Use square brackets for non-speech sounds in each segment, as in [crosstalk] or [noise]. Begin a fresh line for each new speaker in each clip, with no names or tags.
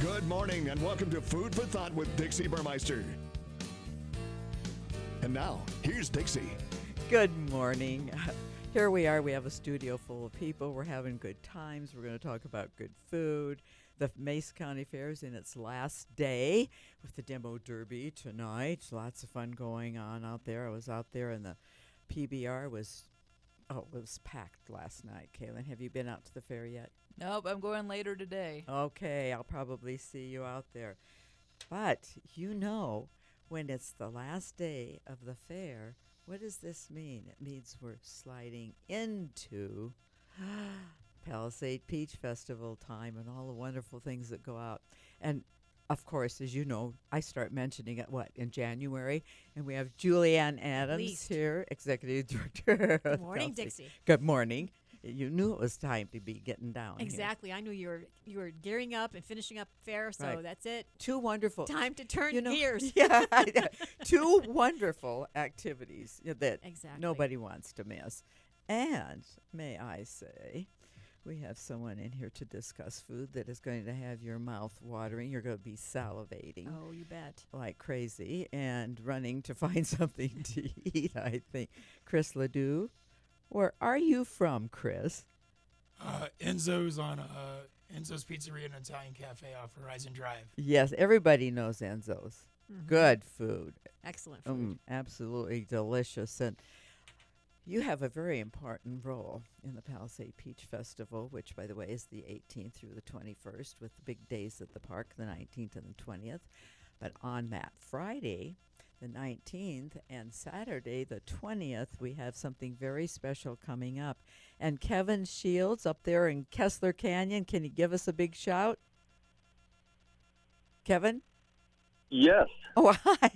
Good morning and welcome to Food for Thought with Dixie Burmeister. And now, here's Dixie.
Good morning. [laughs] Here we are. We have a studio full of people. We're having good times. We're going to talk about good food. The Mace County Fair is in its last day with the demo derby tonight. Lots of fun going on out there. I was out there and the PBR was oh, it was packed last night. Kaylin, have you been out to the fair yet?
Nope, I'm going later today.
Uh, Okay, I'll probably see you out there. But you know, when it's the last day of the fair, what does this mean? It means we're sliding into [gasps] Palisade Peach Festival time and all the wonderful things that go out. And of course, as you know, I start mentioning it what in January, and we have Julianne Adams
Least.
here, executive director. [laughs] Good
morning, Dixie.
Good morning. You knew it was time to be getting down. here.
Exactly. I knew you were you were gearing up and finishing up fair, so
Right.
that's it.
Two wonderful
Time to turn
[laughs]
gears.
Yeah, I
[laughs]
know. two wonderful activities that
Exactly.
nobody wants to miss. And may I say, we have someone in here to discuss food that is going to have your mouth watering. You're going to be salivating
Oh, you bet.
like crazy and running to [laughs] find something to eat, I think. Chris Ledoux, where are you from, Chris?
uh, Enzo's on uh, Enzo's Pizzeria and Italian Cafe off Horizon Drive.
Yes, everybody knows Enzo's.
Mm-hmm.
Good food.
Excellent. food.
Mm, absolutely delicious. And you have a very important role in the Palisade Peach Festival, which, by the way, is the 18th through the 21st, with the big days at the park, the 19th and the 20th. But on that Friday, the 19th, and Saturday, the 20th, we have something very special coming up. And Kevin Shields up there in Kessler Canyon, can you give us a big shout? Kevin?
Yes.
[laughs] Oh, hi.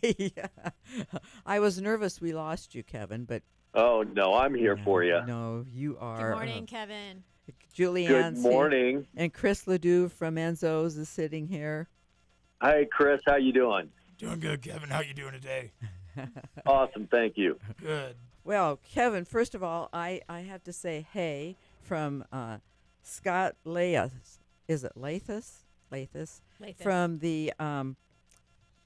I [laughs] was nervous we lost you, Kevin, but
Oh no, I'm here for you.
No, you
Good
are.
morning, Kevin.
Uh, Julianne.
Good
Sa-
morning.
And Chris Ledoux from Enzo's is sitting here.
Hi, Chris. How you
[laughs]
doing?
Doing good, Kevin. How you doing today?
Awesome. Thank you.
Good.
Well, Kevin, first of all, I, I have to say hey from uh, Scott Lathis. Is it Lathis? Lathis.
Lathis.
From the um,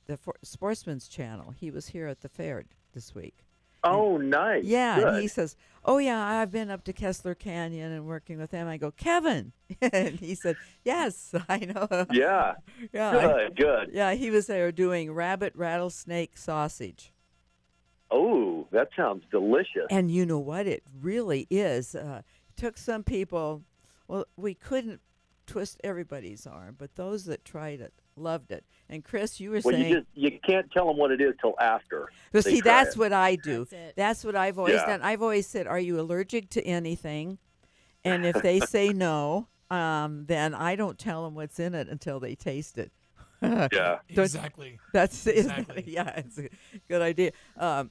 the for- Sportsman's Channel. He was here at the fair this week.
Oh, nice.
Yeah, and
Good.
he says, "Oh yeah, I've been up to Kessler Canyon and working with him." I go, "Kevin," [laughs] and he said, "Yes, [laughs] I know." [laughs]
yeah.
yeah, I-
Good. Good.
yeah. He was there doing rabbit rattlesnake sausage,
Oh, that sounds delicious.
and you know what? It really is. Uh, took some people. Well, we couldn't twist everybody's arm, but those that tried it loved it. And Chris, you were
Well,
saying,
you just you can't tell them what it is till after.
Well,
they
see,
try
that's
it.
what I do.
That's it.
what I've always
Yeah.
done. I've always said, "Are you allergic to anything?" And if they say no, um, then I don't tell them what's in it until they taste it. [laughs]
Yeah.
Don't-
Exactly.
That's isn't it? [laughs]
Exactly.
yeah, it's a good idea. Um,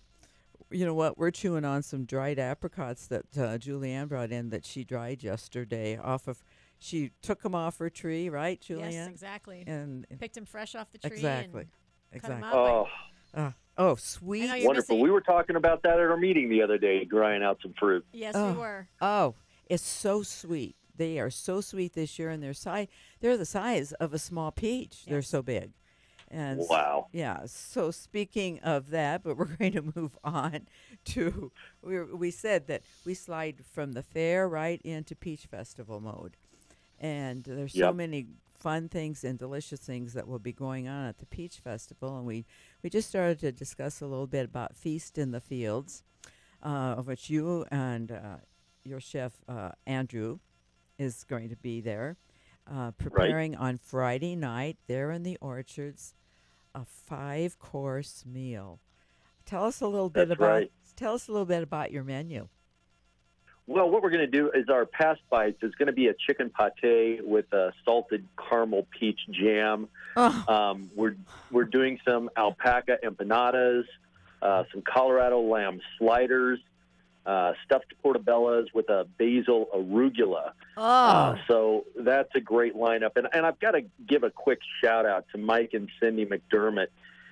you know what? We're chewing on some dried apricots that uh, Julianne brought in that she dried yesterday off of. She took them off her tree, right, Julianne?
Yes, exactly.
And
Picked him fresh off the tree.
exactly,
And cut 'em
exactly.
up.
Oh,
Uh, oh, sweet.
you're
wonderful.
missing-
We were talking about that at our meeting the other day, grinding out some fruit.
Yes,
Oh.
we were.
Oh, it's so sweet. They are so sweet this year, and they're si- they're the size of a small peach. They're so big. And s-
Wow.
yeah. So speaking of that, but [laughs] we're going to move on to we were- we said that we slide from the fair right into peach festival mode, and there's so
Yep.
many fun things and delicious things that will be going on at the peach festival, and we we just started to discuss a little bit about feast in the fields, uh, of which you and uh, your chef uh, Andrew is going to be there, uh, preparing on Friday night there in the orchards a five course meal. Tell us a little bit
That's
about
right.
tell us a little bit about your menu.
Well, what we're going to do is our past bites is going to be a chicken pate with a salted caramel peach jam.
Oh.
Um, we're we're doing some alpaca empanadas, uh, some Colorado lamb sliders, uh, stuffed portobellos with a basil arugula.
Oh.
Uh, so that's a great lineup. And, and I've got to give a quick shout out to Mike and Cindy McDermott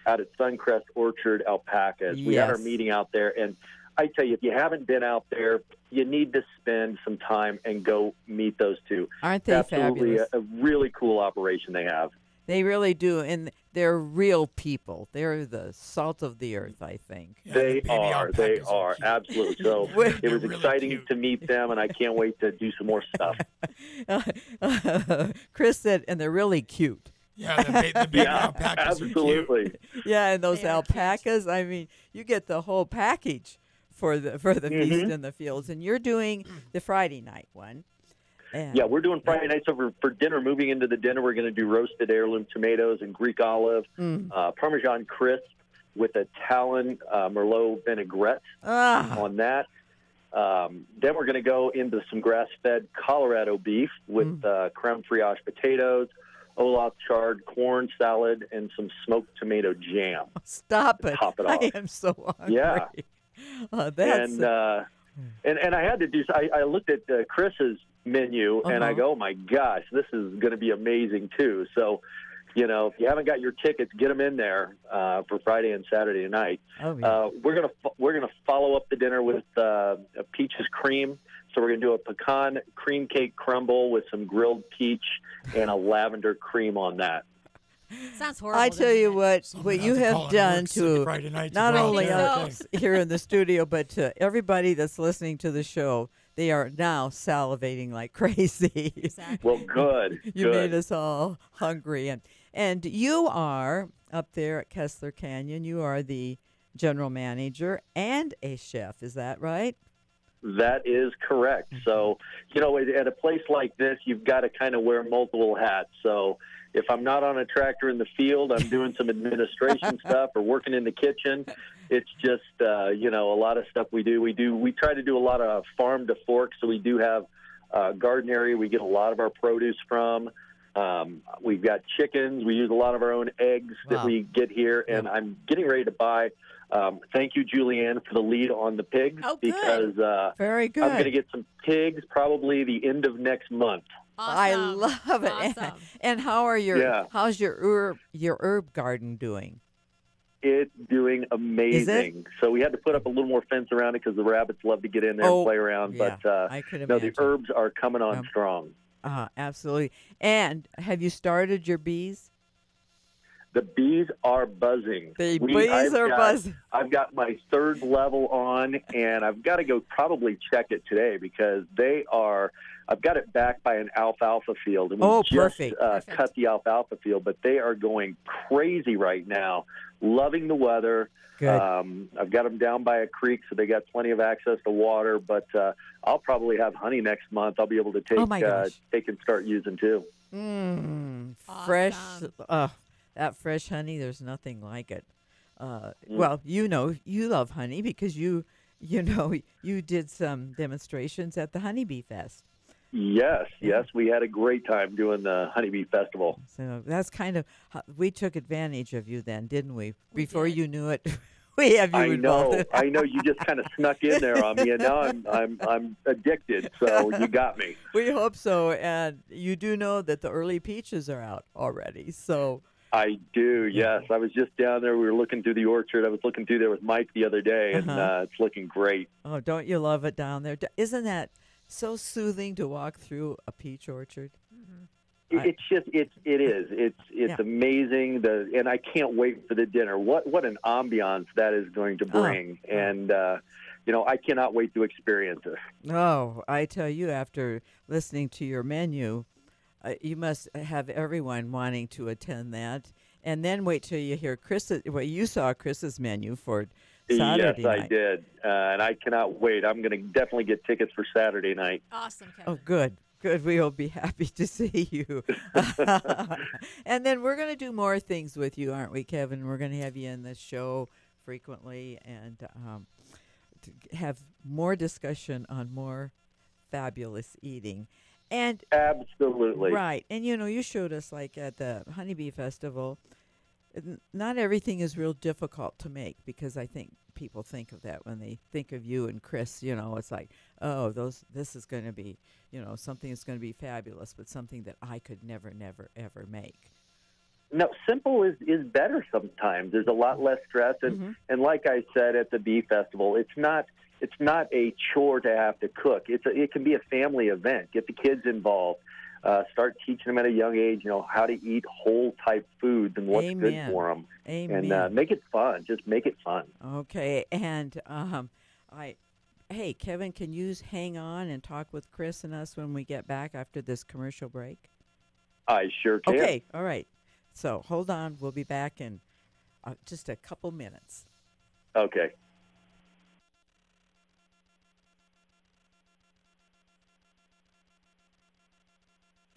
out at Suncrest Orchard Alpacas. We had our
Yes.
meeting out there. And I tell you, if you haven't been out there, you need to spend some time and go meet those two.
Aren't they
Absolutely
fabulous?
A, a really cool operation they have.
They really do, and they're real people. They're the salt of the earth, I think. [laughs]
Yeah,
They
the baby
are. They
alpacas
are.
cute.
Absolutely.
[laughs]
So
We're-
it was
really
exciting
cute.
to meet them, and I can't wait to do some more
[laughs]
stuff.
Chris said, and they're really cute.
Yeah, the,
[laughs]
ba- the baby
Yeah,
alpacas are cute.
absolutely.
Yeah, and those
They are cute.
alpacas. I mean, you get the whole package for the for the
Mm-hmm.
feast in the fields, and you're
[clears throat]
doing the Friday night one. And
Yeah, we're doing Friday nights over for dinner. Moving into the dinner, we're going to do roasted heirloom tomatoes and Greek olive,
Mm.
uh, Parmesan crisp with a Talon uh, Merlot vinaigrette
Ah,
on that. Um, then we're going to go into some grass-fed Colorado beef
Mm.
with uh, creme brioche potatoes, Olaf charred corn salad, and some smoked tomato
[laughs]
jam.
stop it!
top it
[laughs] I
off.
am so hungry.
Yeah.
Oh, that's
and uh, and and I had to do. I, I looked at uh, Chris's menu and I
Uh-huh.
go, oh my gosh, this is going to be amazing too. So, you know, if you haven't got your tickets, get them in there uh, for Friday and Saturday night.
oh, yeah.
Uh, we're gonna fo- we're gonna follow up the dinner with uh, a peaches cream. So we're gonna do a pecan cream cake crumble with some grilled peach and a lavender cream on that.
Sounds horrible.
I tell
doesn't
you
it?
what,
So I'm
what
gonna
you
have to call
have
it
done
work sick
to
Friday night to
not
go out
only
there.
us here in the studio, but to everybody that's listening to the show, they are now salivating like [laughs] crazy.
Exactly.
Well, good.
[laughs] you
good.
made us all hungry, and and you are up there at Kessler Canyon. You are the general manager and a chef. Is that right?
That is correct. So, you know, at- at a place like this, you've got to kind of wear multiple hats. So, if I'm not on a tractor in the field, I'm doing some
[laughs]
administration stuff or working in the kitchen. It's just, uh, you know, a lot of stuff we do. We do, we try to do a lot of farm to fork. So, we do have uh, garden area we get a lot of our produce from. Um, we've got chickens. We use a lot of our own eggs
Wow.
that we get here. And I'm getting ready to buy. Um, thank you, Julianne, for the lead on the pigs
Oh, good.
because uh,
Very good.
I'm going to get some pigs probably the end of next month.
Awesome.
I love it. [laughs] And-
Awesome.
And how are your
Yeah.
how's your herb your herb garden doing?
It's doing amazing. So we had to put up a little more fence around it because the rabbits love to get in there
Oh,
and play around.
yeah,
but uh,
I could
no, the
imagine.
herbs are coming on
Um,
strong.
Uh, absolutely. And have you started your bees?
The bees are buzzing.
The bees
I've
are
got-
buzzing.
I've got my third level on, and I've got to go probably check it today because they are. I've got it back by an alfalfa field, and we
Oh,
just
perfect.
Uh,
Perfect.
cut the alfalfa field, but they are going crazy right now, loving the weather.
Good.
Um, I've got them down by a creek, so they got plenty of access to water. But uh, I'll probably have honey next month. I'll be able to take
Oh, my
uh,
gosh.
take and start using too.
Mm, fresh,
Awesome.
uh, that fresh honey. There's nothing like it.
Mm.
Uh, Well, you know, you love honey because you, you know, [laughs] you did some demonstrations at the Honeybee Fest.
Yes,
Yeah.
yes, we had a great time doing the honeybee festival.
So that's kind of ho- we took advantage of you then, didn't we? Before
did.
you knew it, [laughs] we have you
I
involved.
know,
in-
I know. You just kind of snuck in there on me, and now I'm I'm I'm addicted. So you got me.
we hope so, and you do know that the early peaches are out already. So
I do. Yes, I was just down there. We were looking through the orchard. I was looking through there with Mike the other day, and
Uh-huh.
uh it's looking great.
Oh, don't you love it down there? D- Isn't that so soothing to walk through a peach orchard?
It-
I-
It's just it's it is it's it's
Yeah.
amazing. The and I can't wait for the dinner. What what an ambiance that is going to
Oh.
bring, and uh, you know I cannot wait to experience it.
Oh, I tell you, after listening to your menu, uh, you must have everyone wanting to attend that. And then wait till you hear Chris. Well, you saw Chris's menu for Saturday
yes, I
night.
did, uh, and I cannot wait. I'm going to definitely get tickets for Saturday night.
Awesome, Kevin.
Oh, good. Good. We will be happy to see you. [laughs] and then we're going to do more things with you, aren't we, Kevin? We're going to have you in the show frequently and um, to g- have more discussion on more fabulous eating. And
Absolutely.
right. And you know, you showed us like at the Honeybee Festival, n- not everything is real difficult to make because I think people think of that when they think of you and Chris, you know, it's like, oh, those this is going to be, you know, something that's going to be fabulous, but something that I could never never ever make.
No, simple is, is better sometimes. There's a lot less stress, and
Mm-hmm.
and like I said at the bee festival, it's not it's not a chore to have to cook. It's a, it can be a family event. Get the kids involved. uh, start teaching them at a young age, you know, how to eat whole type foods and what's
Amen.
good for them,
Amen.
and uh, make it fun. Just make it fun.
Okay, and um, I, hey Kevin, can you s- hang on and talk with Chris and us when we get back after this commercial break?
I sure can.
Okay, all right. So hold on, we'll be back in uh, just a couple minutes.
Okay.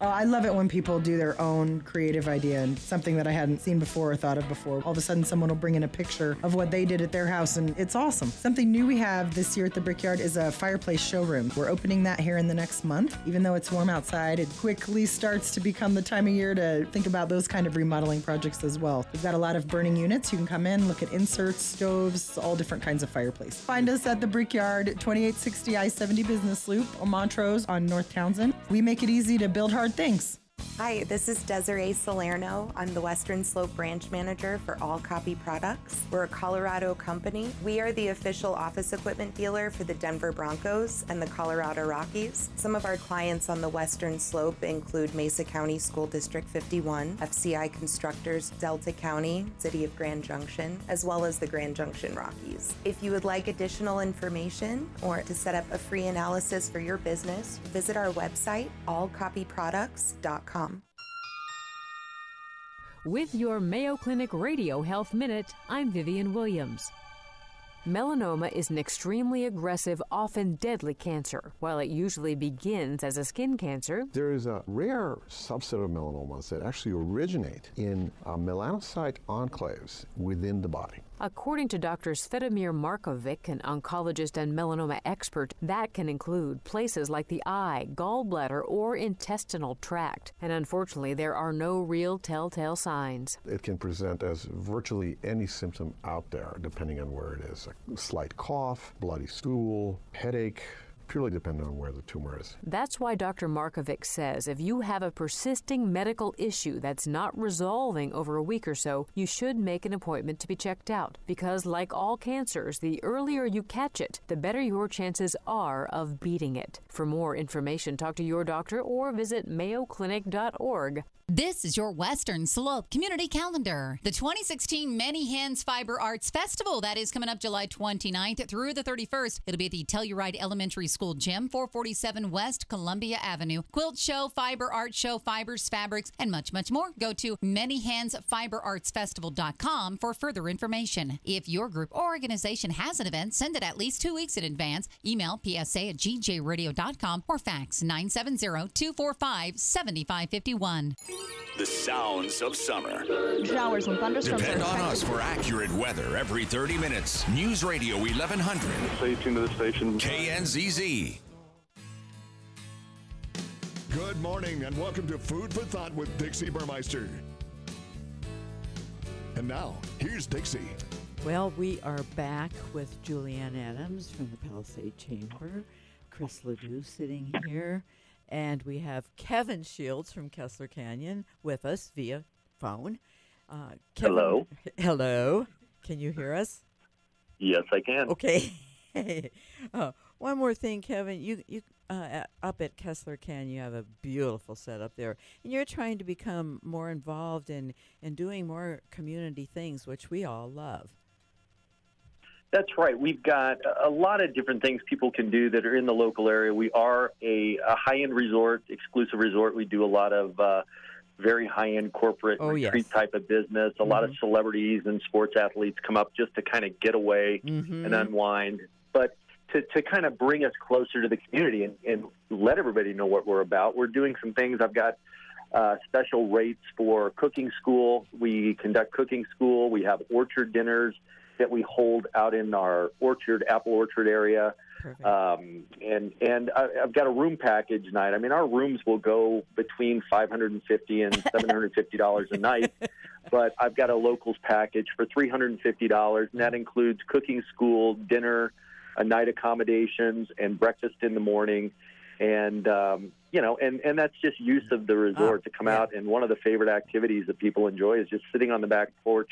Uh, I love it when people do their own creative idea and something that I hadn't seen before or thought of before. All of a sudden, someone will bring in a picture of what they did at their house, and it's awesome. Something new we have this year at the Brickyard is a fireplace showroom. We're opening that here in the next month. Even though it's warm outside, it quickly starts to become the time of year to think about those kind of remodeling projects as well. We've got a lot of burning units. You can come in, look at inserts, stoves, all different kinds of fireplace. Find us at the Brickyard, 2860 I 70 Business Loop, Montrose on North Townsend. We make it easy to build hard things.
Hi, this is Desiree Salerno. I'm the Western Slope branch manager for All Copy Products. We're a Colorado company. We are the official office equipment dealer for the Denver Broncos and the Colorado Rockies. Some of our clients on the Western Slope include Mesa County School District 51, FCI Constructors, Delta County, City of Grand Junction, as well as the Grand Junction Rockies. If you would like additional information or to set up a free analysis for your business, visit our website, allcopyproducts.com.
With your Mayo Clinic Radio Health Minute, I'm Vivian Williams. Melanoma is an extremely aggressive, often deadly cancer. While it usually begins as a skin cancer,
There is a rare subset of melanomas that actually originate in uh, melanocyte enclaves within the body.
according to doctors Fedomir Markovic, an oncologist and melanoma expert, that can include places like the eye, gallbladder, or intestinal tract. And unfortunately, there are no real telltale signs.
It can present as virtually any symptom out there, depending on where it is a slight cough, bloody stool, headache, purely dependent on where the tumor is.
That's why Dr. Markovic says if you have a persisting medical issue that's not resolving over a week or so, you should make an appointment to be checked out. Because, like all cancers, the earlier you catch it, the better your chances are of beating it. For more information, talk to your doctor or visit mayoclinic.org.
This is your Western Slope Community Calendar, the 2016 Many Hands Fiber Arts Festival that is coming up July 29th through the 31st. It'll be at the Telluride Elementary School Gym, 447 West Columbia Avenue. Quilt show, fiber art show, fibers, fabrics, and much, much more. Go to manyhandsfiberartsfestival.com for further information. If your group or organization has an event, send it at least two weeks in advance. Email psa at gjradio.com or fax 970 245 7551.
The sounds of summer.
Showers and thunderstorms
Depend
are
on us
expected.
for accurate weather every 30 minutes. News Radio 1100. Stay tuned to the station. KNZZ.
Good morning and welcome to Food for Thought with Dixie Burmeister. And now, here's Dixie.
Well, we are back with Julianne Adams from the Palisade Chamber, Chris Ledoux sitting here, and we have Kevin Shields from Kessler Canyon with us via phone. Uh, Kevin-
Hello.
[laughs] Hello. Can you hear us?
Yes, I can.
Okay. [laughs] uh, one more thing, Kevin. You you uh, a- up at Kessler Canyon, you have a beautiful setup there, and you're trying to become more involved in in doing more community things, which we all love.
That's right. We've got a lot of different things people can do that are in the local area. We are a, a high end resort, exclusive resort. We do a lot of uh, very high end corporate
Oh, yes. Mm-hmm.
retreat type of business. A lot of celebrities and sports athletes come up just to kind of get away and
Mm-hmm.
uh, unwind. But to, to kind of bring us closer to the community and, and let everybody know what we're about, we're doing some things. I've got uh, special rates for cooking school. We conduct cooking school. We have orchard dinners that we hold out in our orchard, apple orchard area.
Perfect.
Um, and and I, I've got a room package night. I mean, our rooms will go between 550 and 750 dollars a night, but I've got a locals package for 350 dollars, and that includes cooking school, dinner, a night accommodations, and breakfast in the morning. And um, you know, and and that's just use of the resort to come out. And one of the favorite activities that people enjoy is just sitting on the back porch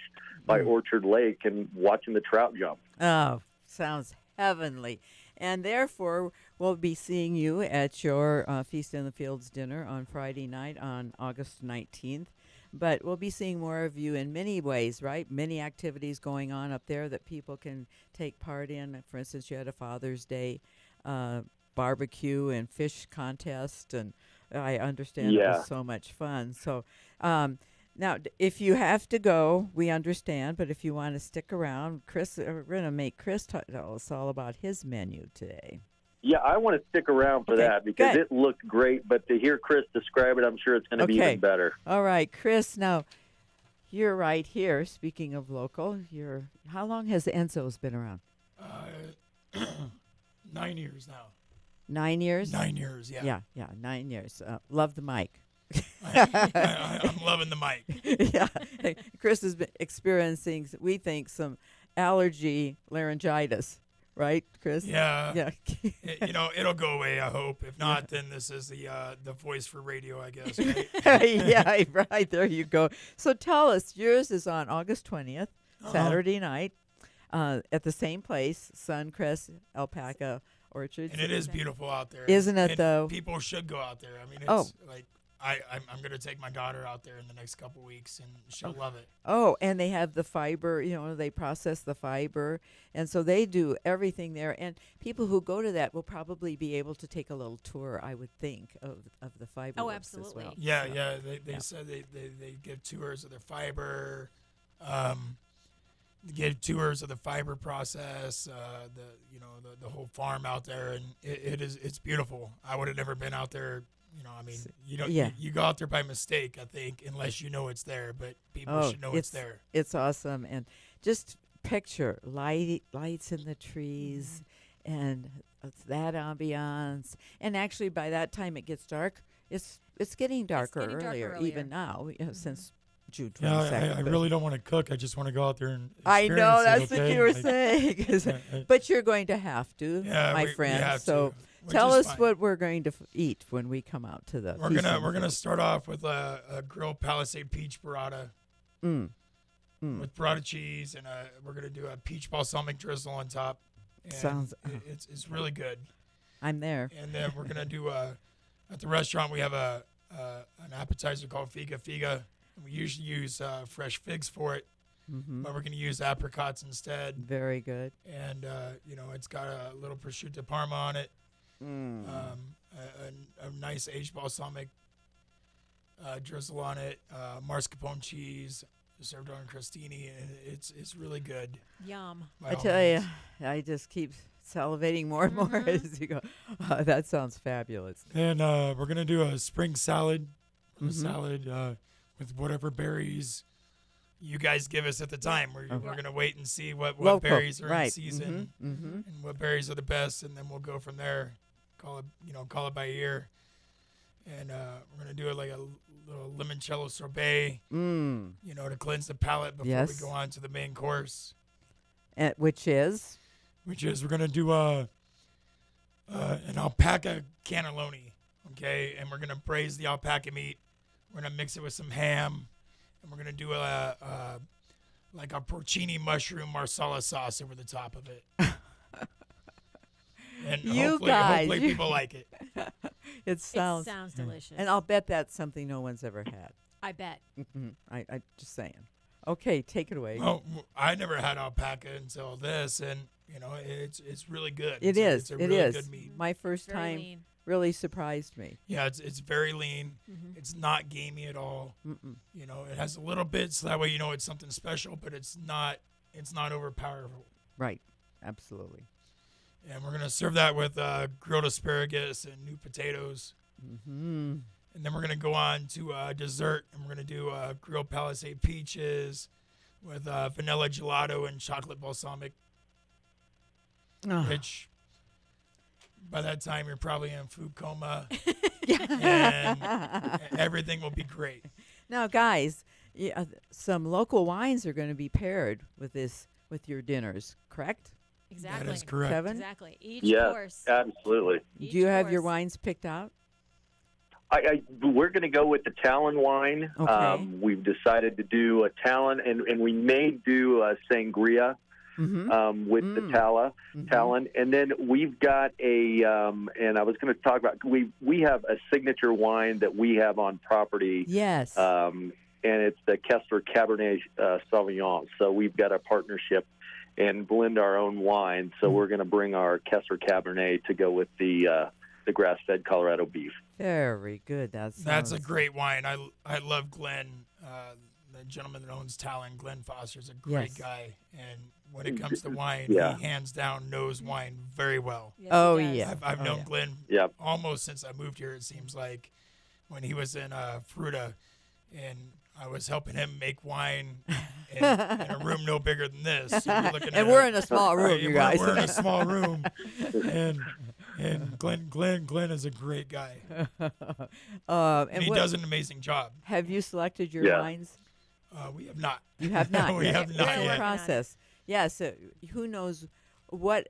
by Orchard Lake and watching the trout jump.
Oh, sounds heavenly. And therefore, we'll be seeing you at your uh, Feast in the Fields dinner on Friday night on August 19th. But we'll be seeing more of you in many ways, right? Many activities going on up there that people can take part in. For instance, you had a Father's Day uh, barbecue and fish contest, and I understand it
Yeah.
was so much fun. So, um, now, d- if you have to go, we understand. But if you want to stick around, Chris, uh, we're going to make Chris t- tell us all about his menu today.
Yeah, I want to stick around for that because
good.
it looked great, but to hear Chris describe it, I'm sure it's going to be
Okay.
even better.
All right, Chris. Now, you're right here. Speaking of local, you're how long has Enzo's been around?
Uh, [clears throat] nine years now.
Nine years.
Nine years, yeah.
Yeah, yeah, nine years. Uh, love the mic. [laughs]
I- I- I'm loving the mic.
yeah, [laughs] Hey, Chris has been experiencing, s- we think, some allergy laryngitis, right, Chris?
Yeah.
yeah. [laughs]
It- you know, it'll go away. I hope. If not, then this is the uh, the voice for radio, I guess.
[laughs]
Right? [laughs]
yeah, right. There you go. So tell us, yours is on August
[gasps]
20th,
Uh-huh.
Saturday night, uh, at the same place, Suncrest Alpaca Orchards.
and it is beautiful out there,
Isn't it,
And
though?
People should go out there. I mean, it's
Oh.
like I I'm, I'm gonna take my daughter out there in the next couple weeks, and she'll love it.
Oh, and they have the fiber, you know, they process the fiber. And so they do everything there. And people who go to that will probably be able to take a little tour, I would think, of, of the fiber.
Oh,
works as
absolutely.
well.
Yeah,
So,
yeah. They, they
yeah.
said they, they, they give tours of their fiber, um, they give tours of the fiber process, uh, the you know the, the whole farm out there, and it, it is it's beautiful. I would have never been out there. You know, I mean, you don't
yeah.
you, you go out there by mistake, I think, unless you know it's there. But people should know it's, there.
Oh, It's awesome, and just picture light lights in the trees,
Mm-hmm.
and it's that ambiance. And actually, by that time it gets dark. It's it's getting darker,
getting darker
earlier, even now, you know, since June
Mm-hmm. Yeah,
twenty
I-
second.
I, I really don't want to cook. I just want to go out there and.
I know that's
experience it,
what
okay?
you were
Like, [laughs]
[laughs] saying, is-
I- I-
[laughs] but you're going to have to,
Yeah,
my
we- we
friend.
have to,
so
which
tell
is
us
fine.
what we're going to f- eat when we come out to the.
we're
feast
gonna
and
we're gonna
food.
start off with a, a grilled Palisade peach burrata.
Mm. Mm.
with burrata cheese, and uh we're gonna do a peach balsamic drizzle on top. And
Sounds- uh.
i- it's it's really good.
I'm there.
And then we're gonna do a at the restaurant we have a uh, an appetizer called figa figa. We usually use uh, fresh figs for it,
Mhm.
but we're gonna use apricots instead.
Very good.
And uh, you know it's got a little prosciutto parma on it,
Mm.
um, a, a, a nice aged balsamic uh, drizzle on it, uh, mascarpone cheese served on crostini, and it's it's really good.
Yum.
By
I
all
tell you,
means.
I just keep salivating more and more [laughs] as you go. Uh, that sounds fabulous.
Then uh, we're gonna do a spring salad, a
Mhm.
salad uh, with whatever berries you guys give us at the time. We're,
Oh.
we're gonna wait and see what, what
Local,
berries are in
right,
season
mhm, mhm.
and what berries are the best, and then we'll go from there. Call it, you know, call it by ear. And uh, we're gonna do it like a l- little limoncello sorbet,
Mm.
you know, to cleanse the palate before
Yes.
we go on to the main course,
Uh, which is
which is we're gonna do a uh, an alpaca cannelloni, okay? And we're gonna braise the alpaca meat. We're gonna mix it with some ham, and we're gonna do a, uh like a porcini mushroom marsala sauce over the top of
[laughs]
it. and
You
hopefully,
guys,
hopefully
you-
people like it.
it sounds
sounds delicious.
and I'll bet that's something no one's ever had.
I bet.
Mhm. I, I just saying. Okay, take it away.
Well, Oh, w- I never had alpaca until this, and you know, it's it's really good. it's
It
a-
is.
it's a
it
really
is.
good meat.
My first
very
time
lean.
really surprised me.
Yeah, it's it's very lean. It's not gamey at all.
Mm-mm.
You know, it has a little bit, so that way you know it's something special, but it's not it's not overpowering.
Right. Absolutely.
And we're gonna serve that with uh, grilled asparagus and new potatoes.
Mm-hmm.
And then we're gonna go on to uh, dessert, and we're gonna do uh, grilled Palisade peaches with uh, vanilla gelato and chocolate balsamic.
Ah.
Which, by that time, you're probably in food coma, and everything will be great.
Now, guys, yeah, th- some local wines are going to be paired with this with your dinners, correct?
Exactly.
correct.
Kevin,
Exactly. Each
yeah,
course.
absolutely.
do you have your wines picked out?
I, I, we're going to go with the Talon wine.
Okay.
Um, we've decided to do a Talon, and, and we may do a sangria
Mm-hmm.
um, with
Mm.
the Tala, Talon, and then we've got a. Um, and I was going to talk about we we have a signature wine that we have on property.
Yes.
Um, and it's the Kessler Cabernet uh, Sauvignon. So we've got a partnership and blend our own wine. So we're going to bring our Kessler Cabernet to go with the uh, the grass fed Colorado beef.
Very good. That
That's a
sounds-
great wine. I, I love Glenn, uh, the gentleman that owns Talon. Glenn Foster is a great
Yes.
guy, and when it comes to wine,
Yeah.
he hands down knows wine very well.
Yes, he Oh, does. yeah.
I've, I've
Oh,
known
yeah.
Glenn
Yep.
almost since I moved here. It seems like when he was in uh, Fruta, and I was helping him make wine. In, in
[laughs]
a room no bigger than this, So you're looking
And
at
we're in
[laughs]
a small room, you
we're-
guys.
We're in a
[laughs]
small room, and and Glenn, Glenn, Glenn is a great guy.
[laughs] Uh,
and he
what-
does an amazing job.
Have you selected your
Yeah.
wines?
Uh, we have not. [laughs]
You have not.
we
yet.
have not
We're in the
yet.
process. Yeah. So who knows what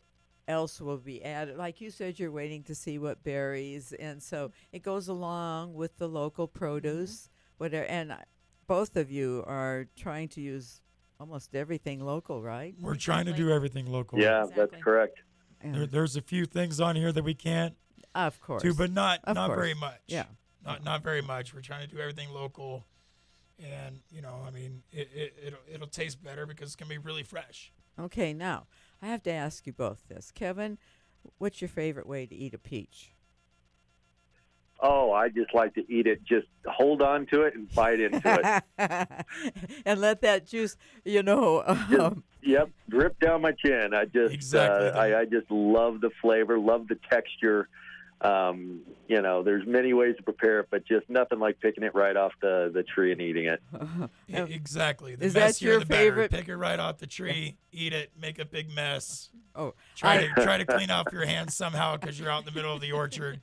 else will be added? Like you said, you're waiting to see what berries, and so it goes along with the local produce.
Mm-hmm.
Whatever. And I- both of you are trying to use almost everything local, right?
We're trying to do everything local.
Yeah, that's correct.
There, there's a few things on here that we can't.
Of course.
Do, but not
Of
not
course.
very much.
Yeah.
Not not very much. We're trying to do everything local, and you know, I mean, it, it it'll, it'll taste better because it's gonna be really fresh.
Okay. Now I have to ask you both this, Kevin. What's your favorite way to eat a peach?
Oh, I just like to eat it. Just hold on to it and bite into it.
[laughs] and let that juice, you know, um,
Yep, drip down my chin. I just, uh, I, I just love the flavor, love the texture. Um, you know, there's many ways to prepare it, but just nothing like picking it right off the, the tree and eating it.
E- exactly. The
Oh. is that
messier
your
the better.
favorite-
Pick it right off the tree, eat it, make a big mess.
Oh,
try
I- [laughs]
to try to clean off your hands somehow because you're out in the middle of the orchard.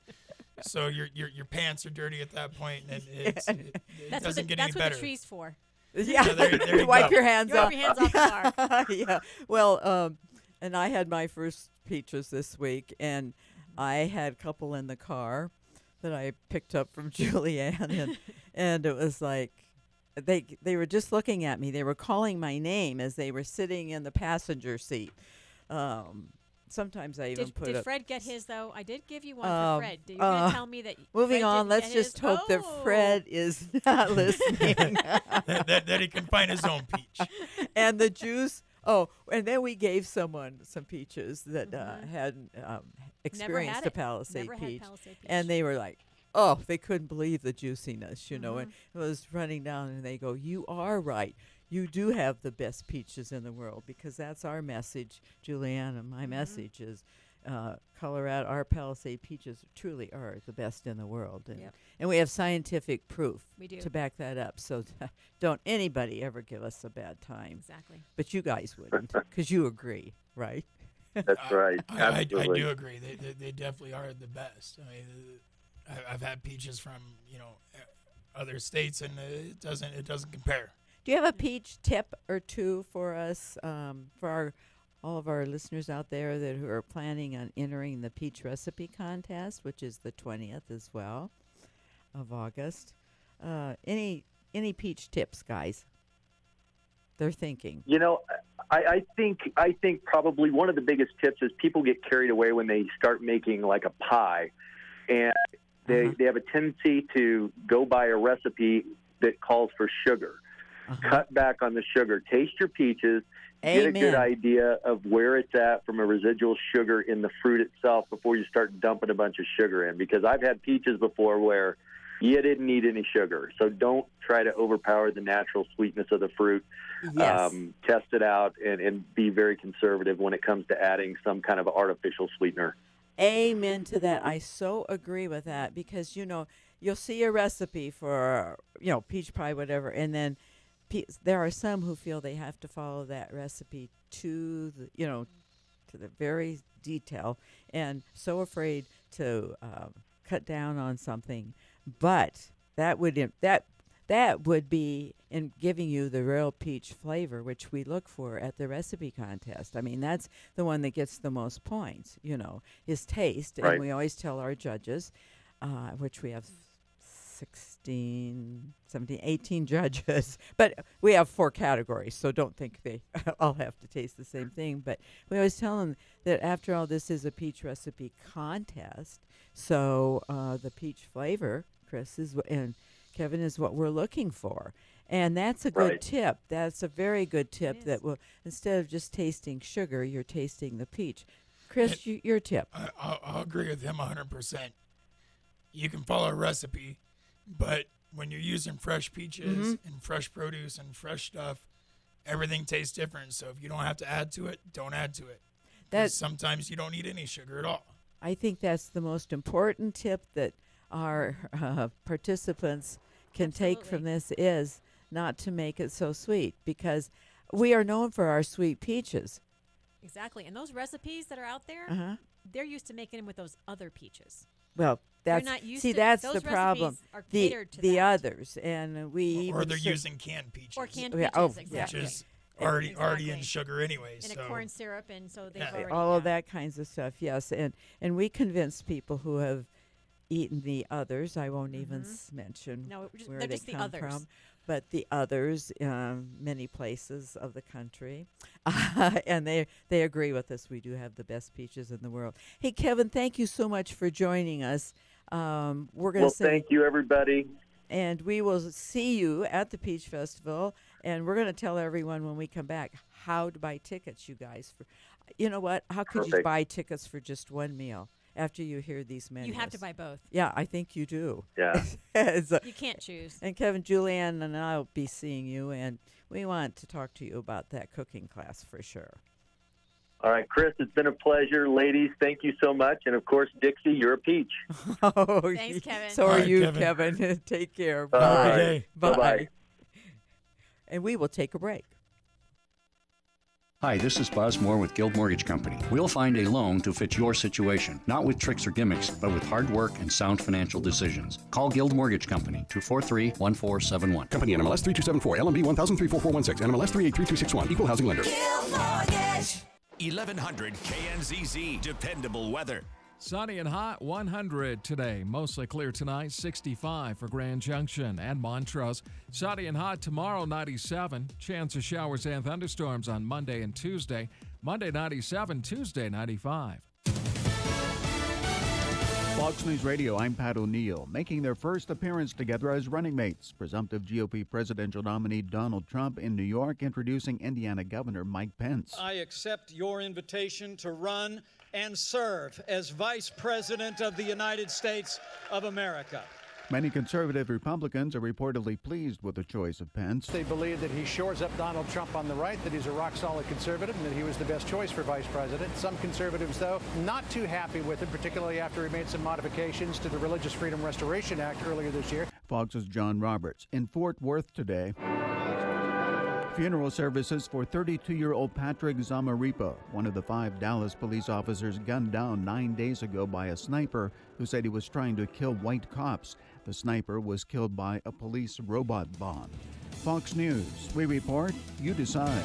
So your, your your pants are dirty at that point, and it's, it, it
That's what the,
doesn't get
that's
any
what
better.
the tree's for.
[laughs] Yeah,
So there you- there you
wipe
go.
your hands
You
off.
wipe your hands
[laughs]
off the
yeah. Well, um, and I had my first peaches this week, and I had a couple in the car that I picked up from [laughs] Julianne, and and it was like they they were just looking at me. They were calling my name as they were sitting in the passenger seat. Um, sometimes I even
Did,
put
did
up
Fred get his though? I did give you one
Um,
for Fred. Did you gonna
uh,
tell me that?
Moving
Fred
on,
didn't
let's
get his? Oh.
just hope that Fred is [laughs] not
[laughs]
listening. [laughs]
that, that, that he can find his own peach.
and the juice. Oh, and then we gave someone some peaches that uh, hadn't um, experienced
Mm-hmm. had
the
it.
Palisade,
Never had
peach,
Palisade peach.
and they were like, "Oh, they couldn't believe the juiciness," you know. And it
Mm-hmm.
was running down, and they go, "You are right." You do have the best peaches in the world because that's our message, Juliana. My
Mm-hmm.
message is uh, Colorado, our Palisade peaches truly are the best in the world. And,
Yep.
and we have scientific proof
We do.
to back that up. So [laughs] don't anybody ever give us a bad time.
Exactly.
But you guys
[laughs]
wouldn't because you agree, right?
That's right.
Uh, I, I, I
Absolutely.
do agree. They, they, they definitely are the best. I mean, uh, I- I've had peaches from you know uh, other states, and uh, it doesn't it doesn't compare.
Do you have a peach tip or two for us, um, for our all of our listeners out there that who are planning on entering the peach recipe contest, which is the twentieth as well of August? Uh, any any peach tips, guys? They're thinking.
You know, I, I think I think probably one of the biggest tips is people get carried away when they start making like a pie, and they
Mm-hmm.
they have a tendency to go by a recipe that calls for sugar.
Mm-hmm.
Cut back on the sugar. Taste your peaches. Get a
Amen.
good idea of where it's at from a residual sugar in the fruit itself before you start dumping a bunch of sugar in. Because I've had peaches before where you didn't need any sugar. So don't try to overpower the natural sweetness of the fruit
Yes.
um, test it out and, and be very conservative when it comes to adding some kind of artificial sweetener.
Amen to that. I so agree with that because you know you'll see a recipe for you know peach pie, whatever, and then pe- there are some who feel they have to follow that recipe to the you know to the very detail, and so afraid to um, cut down on something. But that would im- that that would be in giving you the real peach flavor, which we look for at the recipe contest. I mean, that's the one that gets the most points, you know, is taste.
Right.
And we always tell our judges, uh, which we have s- 16, 17, 18 judges. [laughs] But we have four categories, so don't think they [laughs] all have to taste the same thing. But we always tell them that after all, this is a peach recipe contest. So uh, the peach flavor, Chris, is wh- and Kevin, is what we're looking for. And that's a good
Right.
tip. That's a very good tip that will, instead of just tasting sugar, you're tasting the peach. Chris, you, your tip.
I, I'll, I'll agree with him 100%. You can follow a recipe, but when you're using fresh peaches
Mm-hmm.
and fresh produce and fresh stuff, everything tastes different. So if you don't have to add to it, don't add to it. 'Cause
That-
sometimes you don't need any sugar at all.
I think that's the most important tip that our [laughs] uh, participants can take from this is not to make it so sweet because we are known for our sweet peaches.
Exactly. And those recipes that are out there,
Uh-huh.
they're used to making them with those other peaches.
Well,
They're
that's
not used
see
to-
that's
those
the problem.
recipes are
the
catered to
the
that.
others and we
Or
even
they're
ser-
using canned peaches.
Or canned
Yeah,
peaches,
oh, yeah.
exactly.
Which is already, already in
Exactly.
sugar anyway.
And
so.
a corn syrup, and so they've
Yeah.
already.
all of that kinds of stuff. Yes, and and we convince people who have eaten the others. I won't even
Mhm.
s- mention
No, we're just-
where
they're
they
just the
come
others.
from, but the others, um, many places of the country, [laughs] and they they agree with us. We do have the best peaches in the world. Hey, Kevin, thank you so much for joining us. Um, we're going to
Well,
say
thank you, everybody.
and we will see you at the Peach Festival. And we're going to tell everyone when we come back how to buy tickets, you guys. For you know what? How could you
Perfect.
buy tickets for just one meal after you hear these menus?
have to buy both.
Yeah, I think you do. [laughs]
Yeah.
So-
You can't choose.
And Kevin, Julianne, and I'll be seeing you, and we want to talk to you about that cooking class for sure. [laughs]
All right, Chris, it's been a pleasure. Ladies, thank you so much. And of course, Dixie, you're a peach.
Oh,
Thanks, Kevin.
So
All
are
right,
you, Kevin. [laughs]
Kevin.
Take care.
All
Bye.
right.
Bye.
Bye-bye.
And we will take a break.
Hi, this is Buzz Moore with Guild Mortgage Company. We'll find a loan to fit your situation, not with tricks or gimmicks, but with hard work and sound financial decisions. Call Guild Mortgage Company, 243 1471.
Company NMLS 3274, LMB 10034416, NMLS 383261, Equal Housing Lender.
1100 KNZZ. Dependable weather.
Sunny and hot, 100 today. Mostly clear tonight, 65 for Grand Junction and Montrose. Sunny and hot tomorrow, 97. Chance of showers and thunderstorms on Monday and Tuesday. Monday, 97. Tuesday, 95.
Fox News Radio, I'm Pat O'Neill, making their first appearance together as running mates. Presumptive GOP presidential nominee Donald Trump in New York introducing Indiana Governor Mike Pence.
I accept your invitation to run and serve as Vice President of the United States of America.
Many conservative Republicans are reportedly pleased with the choice of Pence.
They believe that he shores up Donald Trump on the right, that he's a rock solid conservative, and that he was the best choice for vice president. Some conservatives, though, not too happy with him, particularly after he made some modifications to the Religious Freedom Restoration Act earlier this year.
Fox's John Roberts in Fort Worth today. Funeral services for 32 year old Patrick Zamaripa, one of the five Dallas police officers gunned down nine days ago by a sniper who said he was trying to kill white cops. The sniper was killed by a police robot bomb. Fox News, we report, you decide.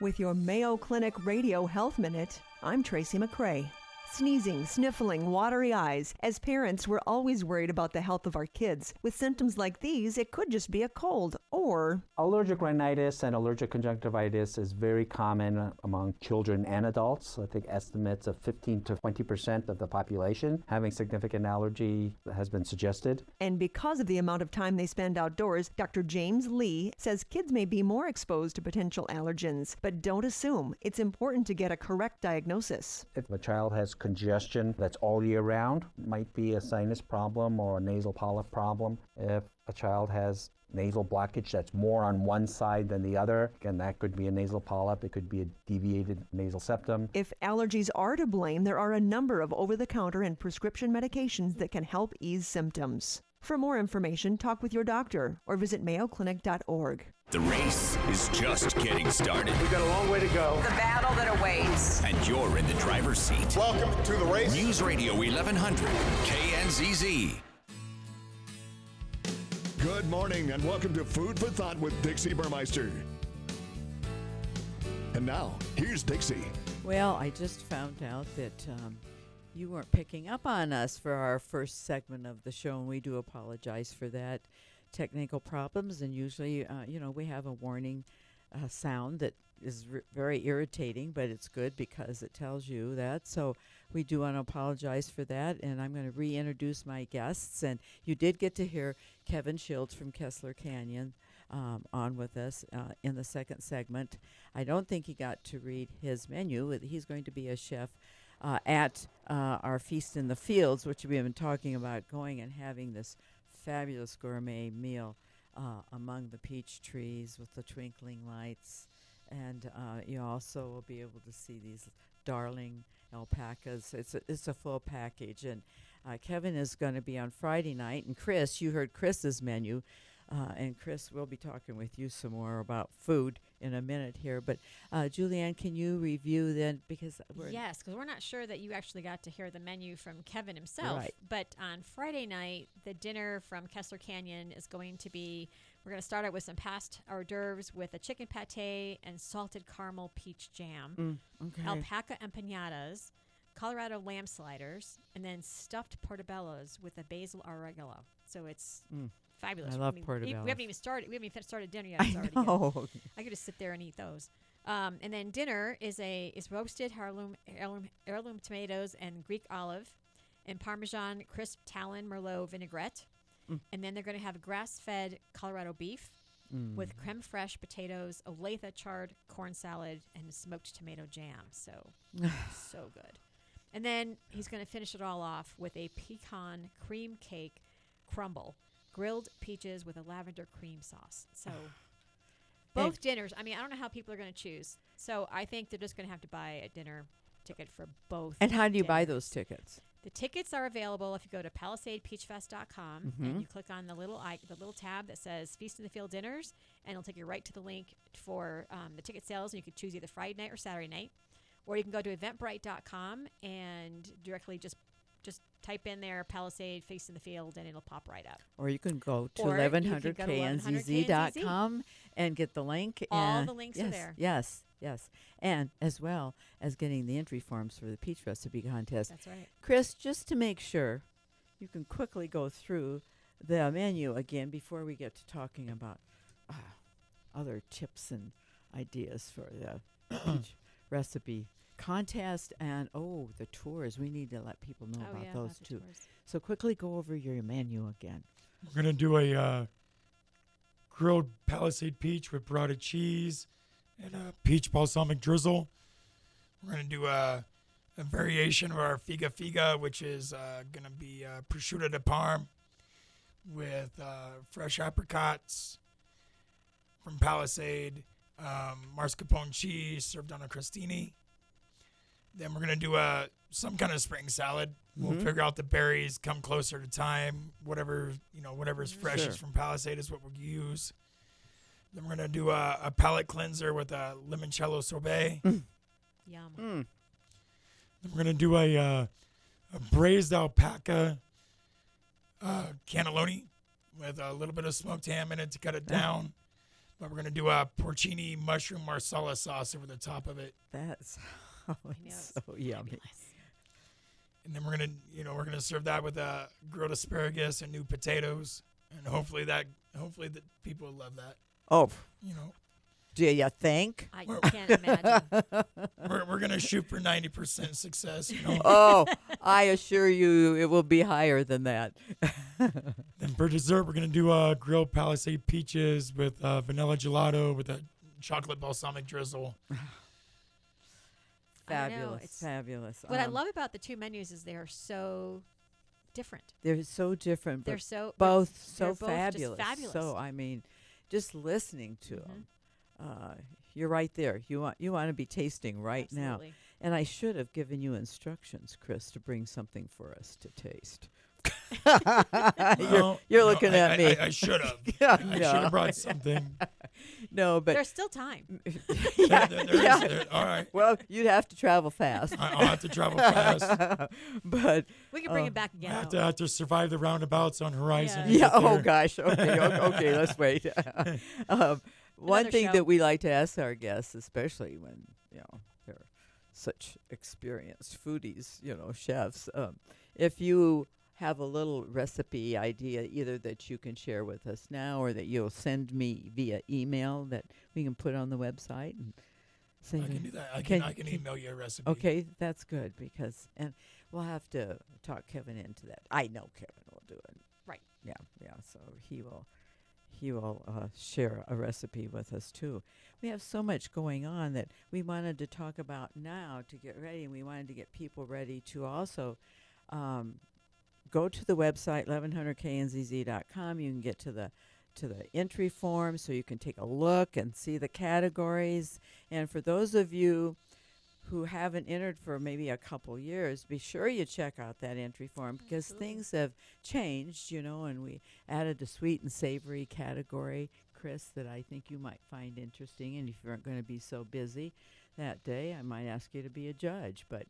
With your Mayo Clinic Radio Health Minute, I'm Tracy McCrae. Sneezing, sniffling, watery eyes. As parents, we're always worried about the health of our kids. With symptoms like these, it could just be a cold or
Allergic rhinitis and allergic conjunctivitis is very common among children and adults. I think estimates of 15 to 20 percent of the population having significant allergy has been suggested.
And because of the amount of time they spend outdoors, Dr. James Lee says kids may be more exposed to potential allergens, but don't assume. It's important to get a correct diagnosis.
If a child has congestion that's all year round, might be a sinus problem or a nasal polyp problem. If a child has nasal blockage that's more on one side than the other, again, that could be a nasal polyp, it could be a deviated nasal septum.
If allergies are to blame, there are a number of over the counter and prescription medications that can help ease symptoms. For more information, talk with your doctor or visit mayoclinic.org.
The race is just getting started.
We've got a long way to go.
The battle that awaits. And you're in the driver's seat. Welcome to the race. News Radio 1100 KNZZ.
Good morning and welcome to Food for Thought with Dixie Burmeister. And now, here's Dixie.
Well, I just found out that um, you weren't picking up on us for our first segment of the show, and we do apologize for that. Technical problems, and usually, uh, you know, we have a warning uh, sound that is r- very irritating, but it's good because it tells you that. So we do want to apologize for that, and I'm going to reintroduce my guests. And you did get to hear Kevin Shields from Kessler Canyon um, on with us uh, in the second segment. I don't think he got to read his menu. Uh, He's going to be a chef uh, at uh, our Feast in the Fields, which we have been talking about going and having this fabulous gourmet meal uh, among the peach trees with the twinkling lights. And uh, you also will be able to see these darling alpacas. It's a, it's a full package. And uh, Kevin is going to be on Friday night. And Chris, you heard Chris's menu. Uh, and Chris, we'll be talking with you some more about food in a minute here. But uh, Julianne, can you review then? Because we're
Yes, because we're not sure that you actually got to hear the menu from Kevin himself.
Right.
But on Friday night, the dinner from Kessler Canyon is going to be we're going to start out with some past hors d'oeuvres with a chicken pate and salted caramel peach jam,
Mm, okay.
alpaca empanadas, Colorado lamb sliders, and then stuffed portobellos with a basil oregano. So it's.
Mm.
Fabulous.
I love
mean, e- We
portobellos.
haven't even started. We haven't even started dinner
[laughs] [laughs]
yet.
I
it's already good.
know.
I could just sit there and eat those. Um, and then dinner is a is roasted heirloom, heirloom heirloom tomatoes and Greek olive, and Parmesan crisp Talon Merlot vinaigrette.
Mm.
And then they're going to have grass fed Colorado beef
Mm.
with creme fraiche potatoes, Olathe charred corn salad, and smoked tomato jam. So
[sighs]
so good. And then he's going to finish it all off with a pecan cream cake crumble, grilled peaches with a lavender cream sauce. So
[sighs]
both dinners. I mean, I don't know how people are going to choose. So I think they're just going to have to buy a dinner ticket for both.
And how do you buy
dinners.
those tickets?
The tickets are available if you go to palisadepeachfest.com and
Mhm.
you click on the little i- the little tab that says Feast in the Field Dinners, and it'll take you right to the link for um, the ticket sales, and you can choose either Friday night or Saturday night, or you can go to eventbrite.com and directly just just type in there Palisade Feast in the Field, and it'll pop right up.
Or you can go to
Or you can go to
1100knzz.com and get the link.
All
and
the links are
yes,
there.
Yes, yes. And as well as getting the entry forms for the Peach Recipe Contest.
That's right.
Chris, just to make sure, you can quickly go through the menu again before we get to talking about uh, other tips and ideas for
[clears throat]
the Peach Recipe Contest and, oh, the tours. We need to let people know
Oh,
about
yeah, about
those
the
too.
tours.
So quickly go over your menu again.
We're gonna do a uh, grilled palisade peach with burrata cheese and a peach balsamic drizzle. We're gonna do a, a variation of our figa figa, which is uh, gonna be uh, prosciutto de parm with uh, fresh apricots from Palisade, um, mascarpone cheese served on a crostini. Then we're gonna do a some kind of spring salad. We'll
Mhm.
figure out the berries come closer to time. Whatever you know, whatever's fresh
Sure.
is from Palisade is what we'll use. Then we're gonna do a, a palate cleanser with a limoncello sorbet.
Yum.
Mm.
Then we're gonna do a, uh, a braised alpaca uh, cannelloni with a little bit of smoked ham in it to cut it down. But we're gonna do a porcini mushroom marsala sauce over the top of it.
That's [laughs] so yummy.
and then we're gonna you know we're gonna serve that with uh, grilled asparagus and new potatoes and hopefully that hopefully that people love that
Oh,
you know
do you think?
I
We're-
can't
[laughs]
imagine.
we're, we're gonna shoot for 90% success you know
oh, I assure you, it will be higher than that.
then for dessert we're gonna do uh, grilled palisade peaches with uh, vanilla gelato with a chocolate balsamic drizzle
I know,
Fabulous,
it's-
fabulous.
What I
Um,
love about the two menus is they are so different.
They're so different. but
They're so- they're-
both so
they're both just
fabulous.
fabulous. Mm-hmm.
So I mean, just listening to them, uh, you're right there. You want you want to be tasting right now.
Absolutely.
And I should have given you instructions, Chris, to bring something for us to taste. you're
Well,
you're
no,
looking
I-
at
I-
me.
I- I should have.
[laughs] Yeah,
I should have
no.
brought something.
no, but
There's still time.
[laughs] yeah,
There- there is-
yeah.
there- all right.
[laughs] Well, you'd have to
[laughs]
travel fast.
I- I'll have to
[laughs]
travel fast.
but
We can bring
uh,
it back
I
again.
have to, I have to survive the roundabouts on horizon to
Yeah.
get
Oh
there.
gosh. Okay. Okay. okay, let's wait. [laughs] um, one
Another
thing
show.
that we like to ask our guests, especially when you know they're such experienced foodies, you know, chefs. Um, if you have a little recipe idea, either that you can share with us now or that you'll send me via email that we can put on the website. And send
I can
it-
do that. I can- I can email you a recipe.
Okay, that's good because, and we'll have to talk Kevin into that. I know Kevin will do it.
Right.
Yeah, yeah. So he will, he will uh, share a recipe with us too. We have so much going on that we wanted to talk about now to get ready, and we wanted to get people ready to also um, go to the website 1100knzz.com. You can get to the to the entry form so you can take a look and see the categories. And for those of you who haven't entered for maybe a couple years, be sure you check out that entry form because things have changed, you know, and we added a sweet and savory category, Chris, that I think you might find interesting. And if you aren't going to be so busy that day, I might ask you to be a judge. But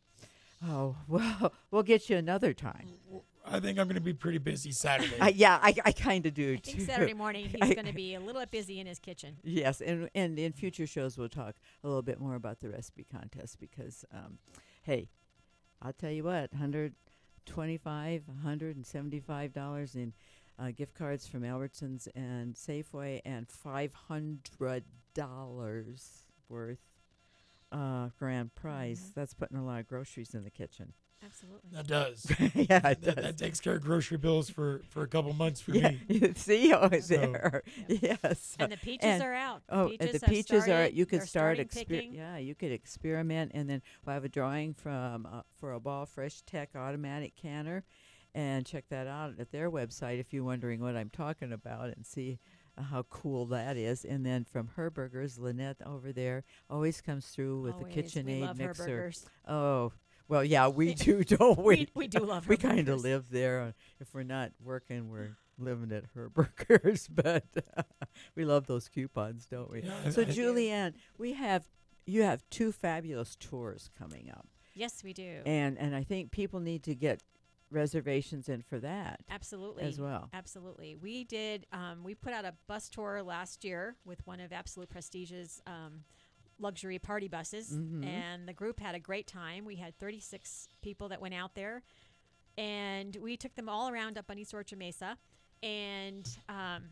oh, [laughs] well, we'll get you another time.
Mm.
I think I'm going to be pretty busy Saturday.
I, yeah, I, I kind of do
I think
too. [laughs]
Saturday morning
I-
he's going to be a little bit busy in his kitchen.
Yes, and and in future shows we'll talk a little bit more about the recipe contest because, um, hey, I'll tell you what, hundred twenty-five, hundred and seventy-five dollars in uh, gift cards from Albertsons and Safeway, and five hundred dollars worth uh, grand prize.
Mm-hmm.
That's putting a lot of groceries in
[laughs]
the kitchen. [laughs]
Absolutely.
That does.
yeah,
That,
it does.
that takes care of grocery bills for, for a couple months for
Yeah,
me.
[laughs] you see, oh, it's
So-
there. [laughs] Yes.
And the peaches are out. The
Oh, and
peaches
the
have
peaches are.
started.
You could
They're
start.
starting
exper-
picking.
Yeah, you could experiment, and then we'll have a drawing from uh, for a Ball Fresh Tech automatic canner, and check that out at their website if you're wondering what I'm talking about, and see uh, how cool that is. And then from Her Burgers, Lynette over there always comes through with
Always.
the
We
KitchenAid
love Her
mixer.
Burgers.
Oh. Well, yeah,
[laughs]
we do, don't we?
We- we do love Her
We kind of
Burgers.
live there. uh, If we're not working, we're living at her [laughs] burgers, but [laughs] we love those coupons, don't we?
Yeah,
[laughs]
so,
I- I-
Julianne, we have you have two fabulous tours coming up,
Yes, we do.
and and I think people need to get reservations in for that.
Absolutely.
as well.
Absolutely. We did, um, we put out a bus tour last year with one of Absolute Prestige's um, luxury party buses,
Mm-hmm.
Mhm.
and the group had a great time. We had 36 people that went out there, and we took them all around up on East Orchard Mesa, and um,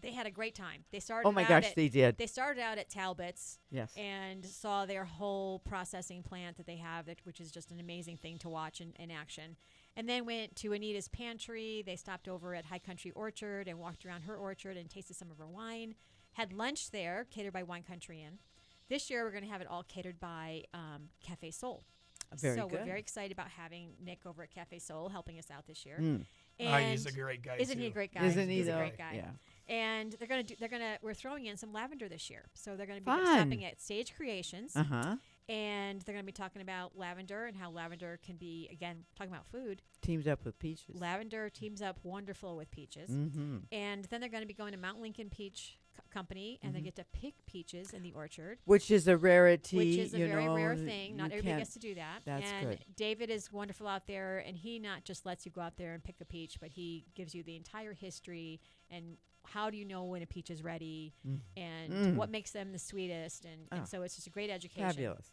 they had a great time. They started.
Oh my
out
gosh,
at-
they did.
They started out at Talbot's.
Yes.
And saw their whole processing plant that they have, that, which is just an amazing thing to watch in, in action. And then went to Anita's Pantry. They stopped over at High Country Orchard and walked around her orchard and tasted some of her wine. Had lunch there, catered by Wine Country Inn. This year, we're going to have it all catered by um, Cafe Soul.
Uh, Very
so
good.
we're very excited about having Nick over at Cafe Soul helping us out this year.
Mm.
Ah, he's a
And
great guy,
Isn't he a
too.
great guy?
Isn't he
he's
though?
a great guy.
Yeah.
And they're gonna do. They're gonna. We're throwing in some lavender this year, so they're gonna be
Fun.
stopping at Stage Creations.
Uh-huh.
And they're gonna be talking about lavender and how lavender can be again talking about food.
Teamed up with peaches.
Lavender teams up wonderful with peaches,
Mhm.
and then they're going to be going to Mount Lincoln Peach Co- Company, and
Mhm.
they get to pick peaches in the orchard.
Which is a rarity,
Which is a
you
very rare
know,
thing.
you
Not everybody
can't-
gets to do that.
that's
and
good.
David is wonderful out there, and he not just lets you go out there and pick a peach, but he gives you the entire history and how do you know when a peach is ready
Mm.
and
Mm.
what makes them the sweetest. And,
Oh.
and so it's just a great education.
Fabulous.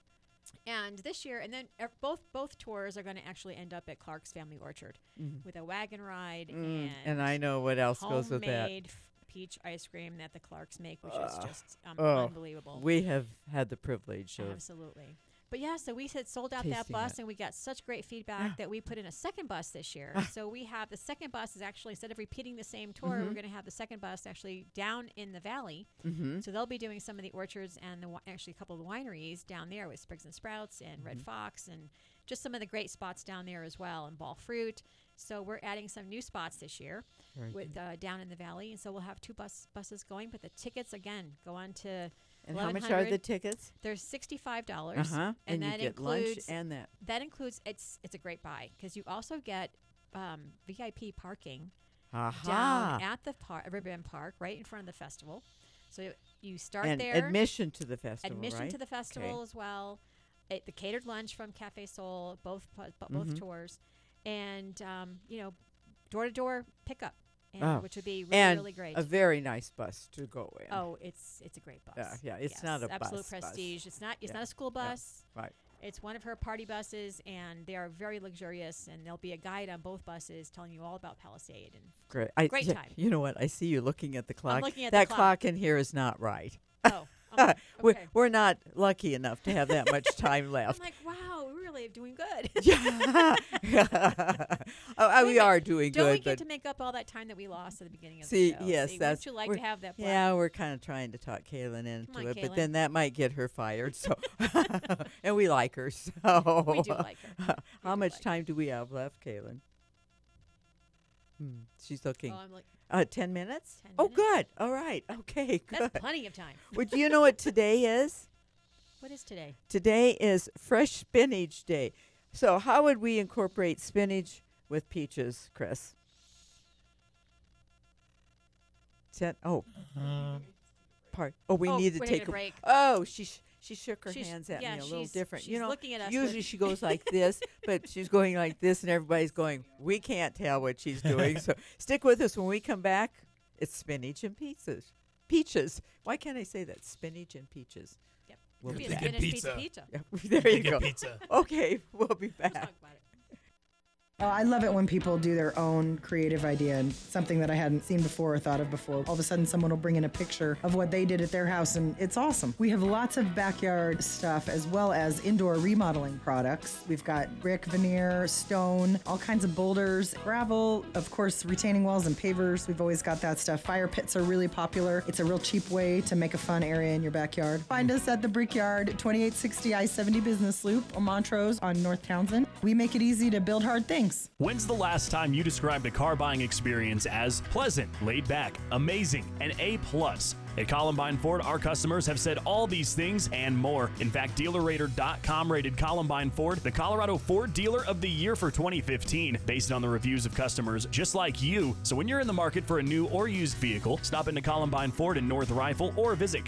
And this year, and then er, both both tours are going to actually end up at Clark's Family Orchard
Mhm.
with a wagon ride
Mm,
and
and I know what else goes with that.
homemade f- Peach ice cream that the Clarks make, which is
Ah,
just um,
oh,
unbelievable.
We have had the privilege of
Absolutely. But yeah, so we had sold out that
Tasting
bus
it.
and we got such great feedback that we put in a second bus this year.
Ah.
so we have the second bus is actually instead of repeating the same tour,
Mhm.
we're going to have the second bus actually down in the valley.
Mhm.
So they'll be doing some of the orchards and the wi- actually a couple of the wineries down there with Spriggs and Sprouts and Red
Mhm.
Fox and just some of the great spots down there as well and Ball Fruit. So we're adding some new spots this year
Very
with uh, down in the valley, and so we'll have two bus buses going. But the tickets again go on to.
And how much are the
1100.
tickets?
They're sixty-five dollars,
Uh-huh. And
and,
you
that
get lunch
includes
and that.
That includes it's it's a great buy because you also get um, VIP parking
Aha.
down at the par- Ribbon Park, right in front of the festival. So you start
And
there.
admission to the festival,
Admission
right?
to the
Okay.
festival as well. It, the catered lunch from Cafe Soul, both pu- bu- both
Mhm.
tours, and um, you know, door to door pickup. and,
Oh.
which would be really,
And
really great.
A very nice bus to go in.
Oh, it's it's a great bus.
Yeah, yeah, it's not a
absolute
bus bus.
prestige. It's not it's
Yeah,
not a school
yeah,
bus.
right.
It's one of her party buses, and they are very luxurious. And there'll be a guide on both buses telling you all about Palisade and
[laughs] Great. I,
great
yeah,
time.
You know what? I see you looking at the clock.
looking at the
that
clock.
in here is not right.
Oh, I'm like,
we're,
okay.
we're not lucky enough to have that
[laughs]
much time [laughs] left.
I'm like, wow, we really are doing good.
[laughs]
[laughs]
Yeah. Oh, uh,
Wait a
we
minute.
are doing
Don't
good,
we get
but-
to make up all that time that we lost at the beginning of
See,
the show?
yes,
See,
that's
Wouldn't you like
we're-
to have that? black-
Yeah, we're kind of trying to talk Kaylin into
on,
it,
Kaylin.
but then that might get her fired.
[laughs]
So, [laughs] and we like her. So
We do like
[laughs]
her.
How much time do we have left, Kaylin? Hmm, she's looking.
Oh, I'm look-
uh, ten minutes. oh, good. All right. Okay. Good.
That's plenty of time.
Well, do you know what today is?
What is today?
Today is Fresh Spinach Day. So, how would we incorporate spinach with peaches, Chris? Ten, oh, part. Oh, we
Mm-hmm. Oh,
need to
we're
take
taking a break.
Oh, she sh- she shook her
She's-
hands at
yeah,
me a little
she's-
different. you
she's
know,
looking at us
usually
with-
she goes like this, but she's going like this, and everybody's going. We can't tell what she's doing.
[laughs]
so stick with us when we come back. It's spinach and pizzas. Peaches. Why can't I say that? Spinach and peaches.
Yep.
We'll
Could
be
be a
back.
spinach pizza pizza.
Yeah, [laughs]
Could
there you
be a
go.
pizza.
Okay, we'll be back.
Oh, I love it when people do their own creative idea and something that I hadn't seen before or thought of before. All of a sudden, someone will bring in a picture of what they did at their house, and it's awesome. We have lots of backyard stuff as well as indoor remodeling products. We've got brick, veneer, stone, all kinds of boulders, gravel, of course, retaining walls and pavers. We've always got that stuff. Fire pits are really popular. It's a real cheap way to make a fun area in your backyard. Find us at the Brickyard, 2860 I 70 Business Loop, or Montrose on North Townsend. We make it easy to build hard things.
When's the last time you described a car buying experience as pleasant, laid back, amazing, and A plus? At Columbine Ford, our customers have said all these things and more. In fact, DealerRater.com rated Columbine Ford the Colorado Ford Dealer of the Year for 2015, based on the reviews of customers just like you. So when you're in the market for a new or used vehicle, stop into Columbine Ford in North Rifle or visit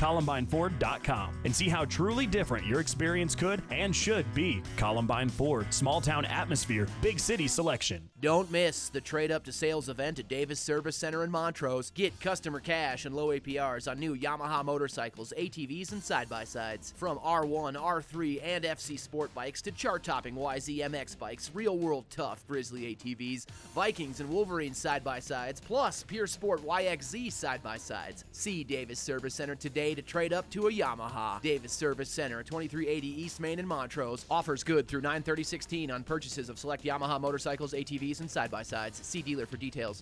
ColumbineFord.com and see how truly different your experience could and should be. Columbine Ford, small town atmosphere, big city selection.
Don't miss the trade up to sales event at Davis Service Center in Montrose. Get customer cash and low APRs on new Yamaha motorcycles, ATVs, and side by sides. From R1, R3, and FC Sport bikes to chart topping YZMX bikes, real world tough Grizzly ATVs, Vikings and Wolverine side by sides, plus Pure Sport YXZ side by sides. See Davis Service Center today to trade up to a Yamaha. Davis Service Center, 2380 East Main in Montrose. Offers good through 9/30/16 on purchases of select Yamaha motorcycles, ATVs, and side by sides. See dealer for details.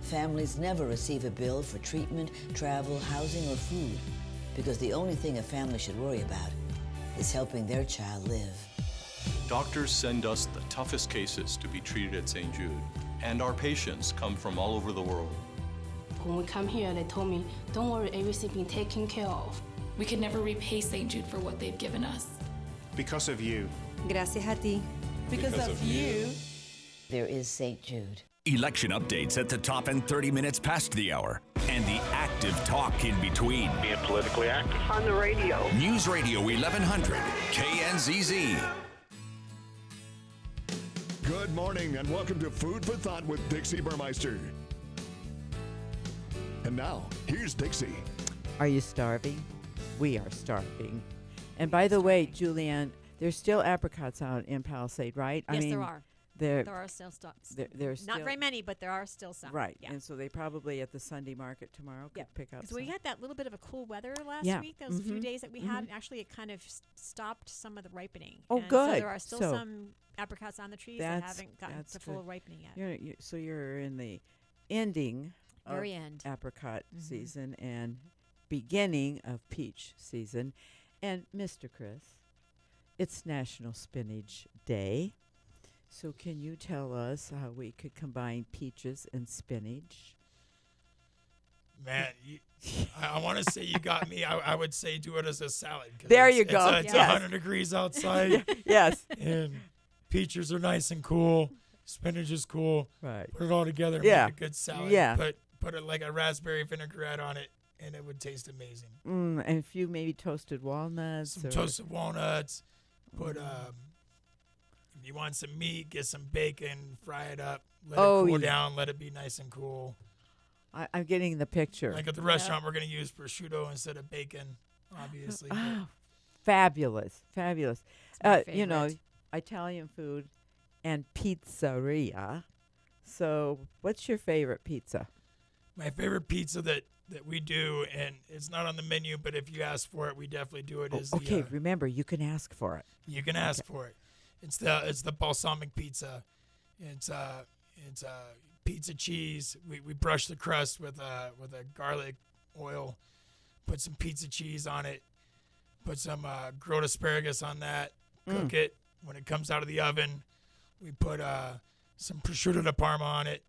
families never receive a bill for treatment, travel, housing, or food because the only thing a family should worry about is helping their child live.
Doctors send us the toughest cases to be treated at St. Jude, and our patients come from all over the world.
When we come here, they told me, don't worry, everything being taken care of.
We could never repay St. Jude for what they've given us.
Because of you,
Gracias a ti.
Because Because of of you. you.
There is St. Jude.
Election updates at the top and 30 minutes past the hour, and the active talk in between. Being politically active.
On the radio.
News Radio 1100, KNZZ.
Good morning and welcome to Food for Thought with Dixie Burmeister. And now, here's Dixie.
Are you starving? We are starving. And by the way, Julianne, there's still apricots out in Palisade, right?
yes, there are.
There,
there are still stocks.
There, there's
not
still,
very many, but there are still some.
Right.
Yeah.
And so they probably at the Sunday market tomorrow could pick up.
Because we
some.
had that little bit of a cool weather last
Yeah.
week, those few
Mhm.
days that we had,
Mhm.
and actually it kind of s- stopped some of the ripening.
Oh,
And So
good.
there are still
So
some apricots on the trees that haven't gotten to full
good.
ripening yet.
You're, you so you're in the ending
Very
of
end.
apricot
Mhm.
season and beginning of peach season. And Mr. Chris, it's National Spinach Day.
[laughs]
So can you tell us how we could combine peaches and spinach?
Man, you, I, I want to say you got me. I, I would say do it as a salad. 'cause
There
it's-
you
it's,
go.
uh, It's,
Yes.
100 degrees
[laughs]
outside.
Yes.
And peaches are nice and cool. Spinach is cool.
Right.
Put it all together. and
Yeah.
Make a good salad.
Yeah.
Put put it like a raspberry vinaigrette on it, and it would taste amazing.
Mm, and a few maybe toasted walnuts.
Some
or-
toasted walnuts. Put um,
Mm.
if you want some meat, get some bacon, fry it up, let
Oh,
it cool
yeah.
down, let it be nice and cool.
I, I'm getting the picture.
Like at the restaurant, we're gonna use prosciutto instead of bacon, obviously. but-
Oh, fabulous, fabulous.
my
Uh, you know,
favorite.
Italian food and pizzeria. So, what's your favorite pizza?
my favorite pizza that that we do, and it's not on the menu, but if you ask for it, we definitely do it.
Oh,
Is
okay,
the, uh,
remember you can ask for it.
you can ask for it. It's the it's the balsamic pizza. It's uh it's uh pizza cheese. We we brush the crust with uh with a garlic oil, put some pizza cheese on it, put some uh, grilled asparagus on that, cook
Mm.
it. When it comes out of the oven, we put uh some prosciutto da parma on it,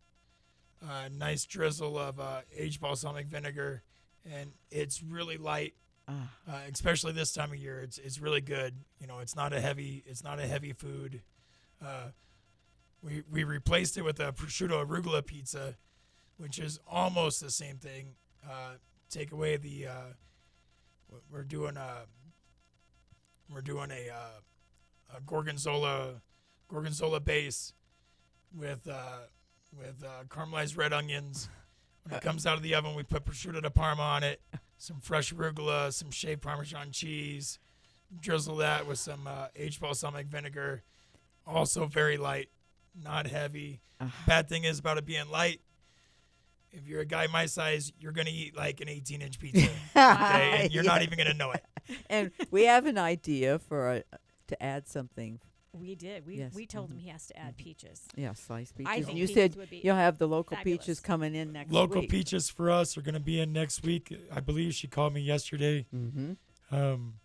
a nice drizzle of uh, aged balsamic vinegar, and it's really light.
Ah.
Uh, especially this time of year, it's it's really good. You know, it's not a heavy it's not a heavy food. Uh, we we replaced it with a prosciutto arugula pizza, which is almost the same thing. Uh, take away the uh, w- we're doing a we're doing a, uh, a gorgonzola gorgonzola base with uh, with uh, caramelized red onions. When it comes out of the oven, we put prosciutto da Parma on it, some fresh arugula, some shaved Parmesan cheese, drizzle that with some uh, aged balsamic vinegar. Also very light, not heavy. Bad thing is about it being light. If you're a guy my size, you're gonna eat like an 18 inch pizza, okay? and you're not
Yeah.
even gonna know it.
and we have an idea for a, to add something.
We did. We
Yes,
we told him
mhm.
he has to add peaches.
Yeah, sliced
I
peaches.
think
And you
peaches
said
would be
you'll have the local
fabulous.
peaches coming in next
Local
week.
peaches for us are going to be in next week. I believe she called me yesterday.
Mm-hmm.
Um,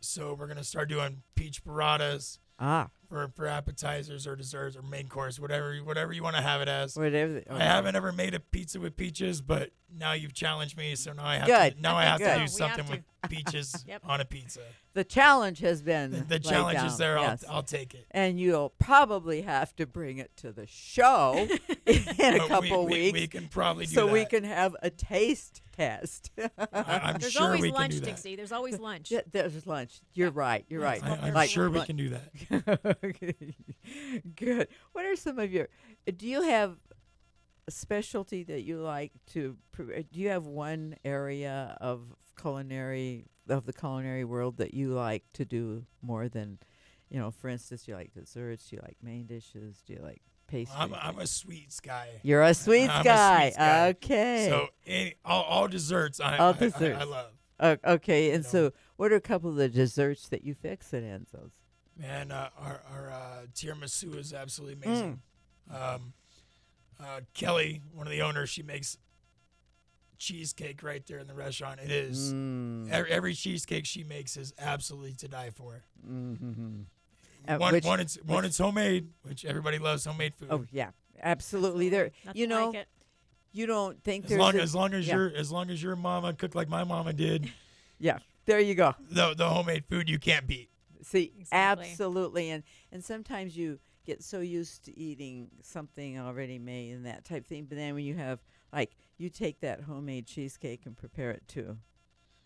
so we're going to start doing peach burratas
Ah.
for, for appetizers or desserts or main course, whatever you- whatever you want to have it as.
Whatever.
I haven't ever made a pizza with peaches, but now you've challenged me, so now I have to
Good.
now I have
Good.
to
No,
do
we
something
have [laughs]
with peaches on a pizza.
The challenge has been
The- the
laid
challenge is
down,
there. I'll-
yes.
I'll take it.
And you'll probably have to bring it to
[laughs]
the show [laughs] in
But
a
we-
couple
we- we
weeks.
can probably do
so we
that.
can have a taste test. [laughs]
I'm
There's
sure
always
we can
lunch,
do that.
Dixie. There's always lunch.
Yeah, there's lunch. You're right. You're
Yes,
right.
I- I'm
Like
sure we
lunch.
can do
that. Okay. [laughs] Good. What are some of your? Do you have a specialty that you like to? pr- Do you have one area of culinary of the culinary world that you like to do more than, you know? For instance, do you like desserts? Do you like main dishes? Do you like pastries?
I'm, I'm a sweets guy.
You're a sweets
I'm a
guy.
sweets guy.
Okay.
So any, all, all desserts, I,
All
I- I-
desserts.
I, love.
O- okay, and so what are a couple of the desserts that you fix at Enzo's?
Man, uh, our, our uh, tiramisu is absolutely amazing.
Mm.
Um, uh, Kelly, one of the owners, she makes cheesecake right there in the restaurant. It is
Mm.
every, every cheesecake she makes is absolutely to die for.
Mm-hmm.
one, one, it's, one, it's homemade, which everybody loves homemade food.
Oh yeah, absolutely. There, you know, you don't think
As
there's
long,
a-
as long as
yeah.
your as long as your mama cooked like my mama did,
yeah, there you go.
The the homemade food you can't beat.
See,
Exactly.
absolutely, and and sometimes you get so used to eating something already made and that type thing, but then when you have like you take that homemade cheesecake and prepare it to.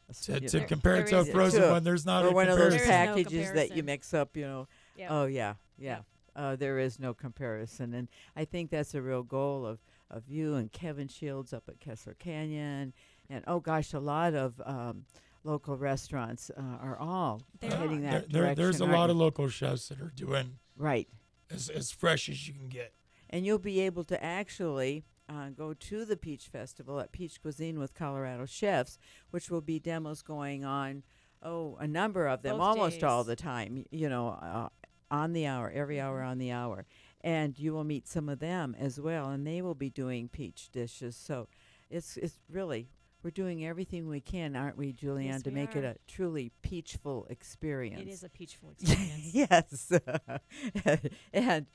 a
To-
sp-
to
you-
compare it to a frozen
to
one, there's not
or
a
one of those
comparison. There is no
packages that you
comparison.
mix up. You know,
Yep.
oh yeah, yeah. Uh, there is no comparison, and I think that's a real goal of of you and Kevin Shields up at Kessler Canyon, and oh gosh, a lot of um, local restaurants uh, are all heading
There-
that
there-
direction.
there's a
aren't
lot of
they?
local chefs that are doing
right
as, as fresh as you can get.
and you'll be able to actually uh, go to the Peach Festival at Peach Cuisine with Colorado Chefs, which will be demos going on. Oh, a number of them,
Both
almost all
days.
the time. y- You know, uh, on the hour, every hour
Mm-hmm.
on the hour, and you will meet some of them as well, and they will be doing peach dishes. So, it's it's really we're doing everything we can, aren't we, Julianne,
Yes,
to
we
make it
are.
a truly peachful experience. [laughs]
It is a peachful experience.
yes. [laughs] and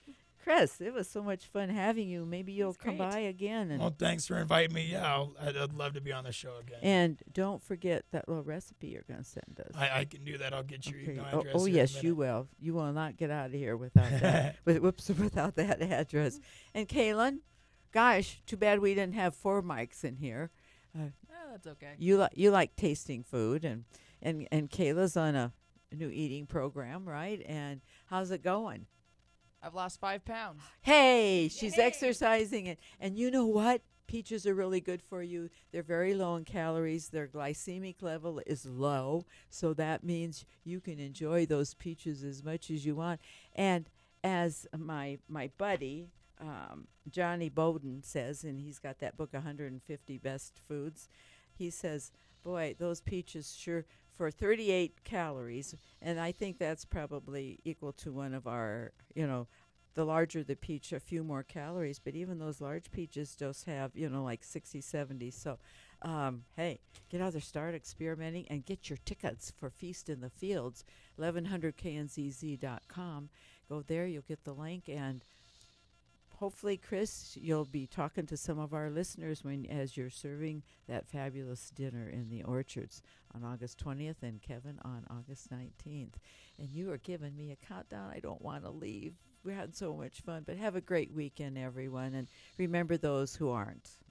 Chris, it was so much fun having you. Maybe you'll come by again. And,
Well, thanks for inviting me. Yeah, I'll, I'd, I'd love to be on the show again.
and don't forget that little recipe you're going to send us.
I, I can do that. I'll get your email
Oh,
address.
oh
here in a
yes, you will. You will not get out of here without
[laughs]
that. with, whoops, without that address. And Kaylin, gosh, too bad we didn't have four mics in here. Uh,
Oh, that's okay.
You like you like tasting food, and and and Kayla's on a new eating program, right? And how's it going?
I've lost five pounds.
Hey, she's exercising it. And you know what? Peaches are really good for you. They're very low in calories. Their glycemic level is low. So that means you can enjoy those peaches as much as you want. And as my my buddy, um, Johnny Bowden says, and he's got that book 150 Best Foods, he says, Boy, those peaches sure for 38 calories. And I think that's probably equal to one of our, you know, the larger the peach, a few more calories. But even those large peaches just have, you know, like 60, 70. So, um, hey, get out there, start experimenting, and get your tickets for Feast in the Fields, 1100knzz.com. Go there, you'll get the link, and hopefully, Chris, you'll be talking to some of our listeners when as you're serving that fabulous dinner in the orchards on August 20th and Kevin on August 19th. And you are giving me a countdown. I don't want to leave. We're having so much fun, but have a great weekend, everyone, and remember those who aren't.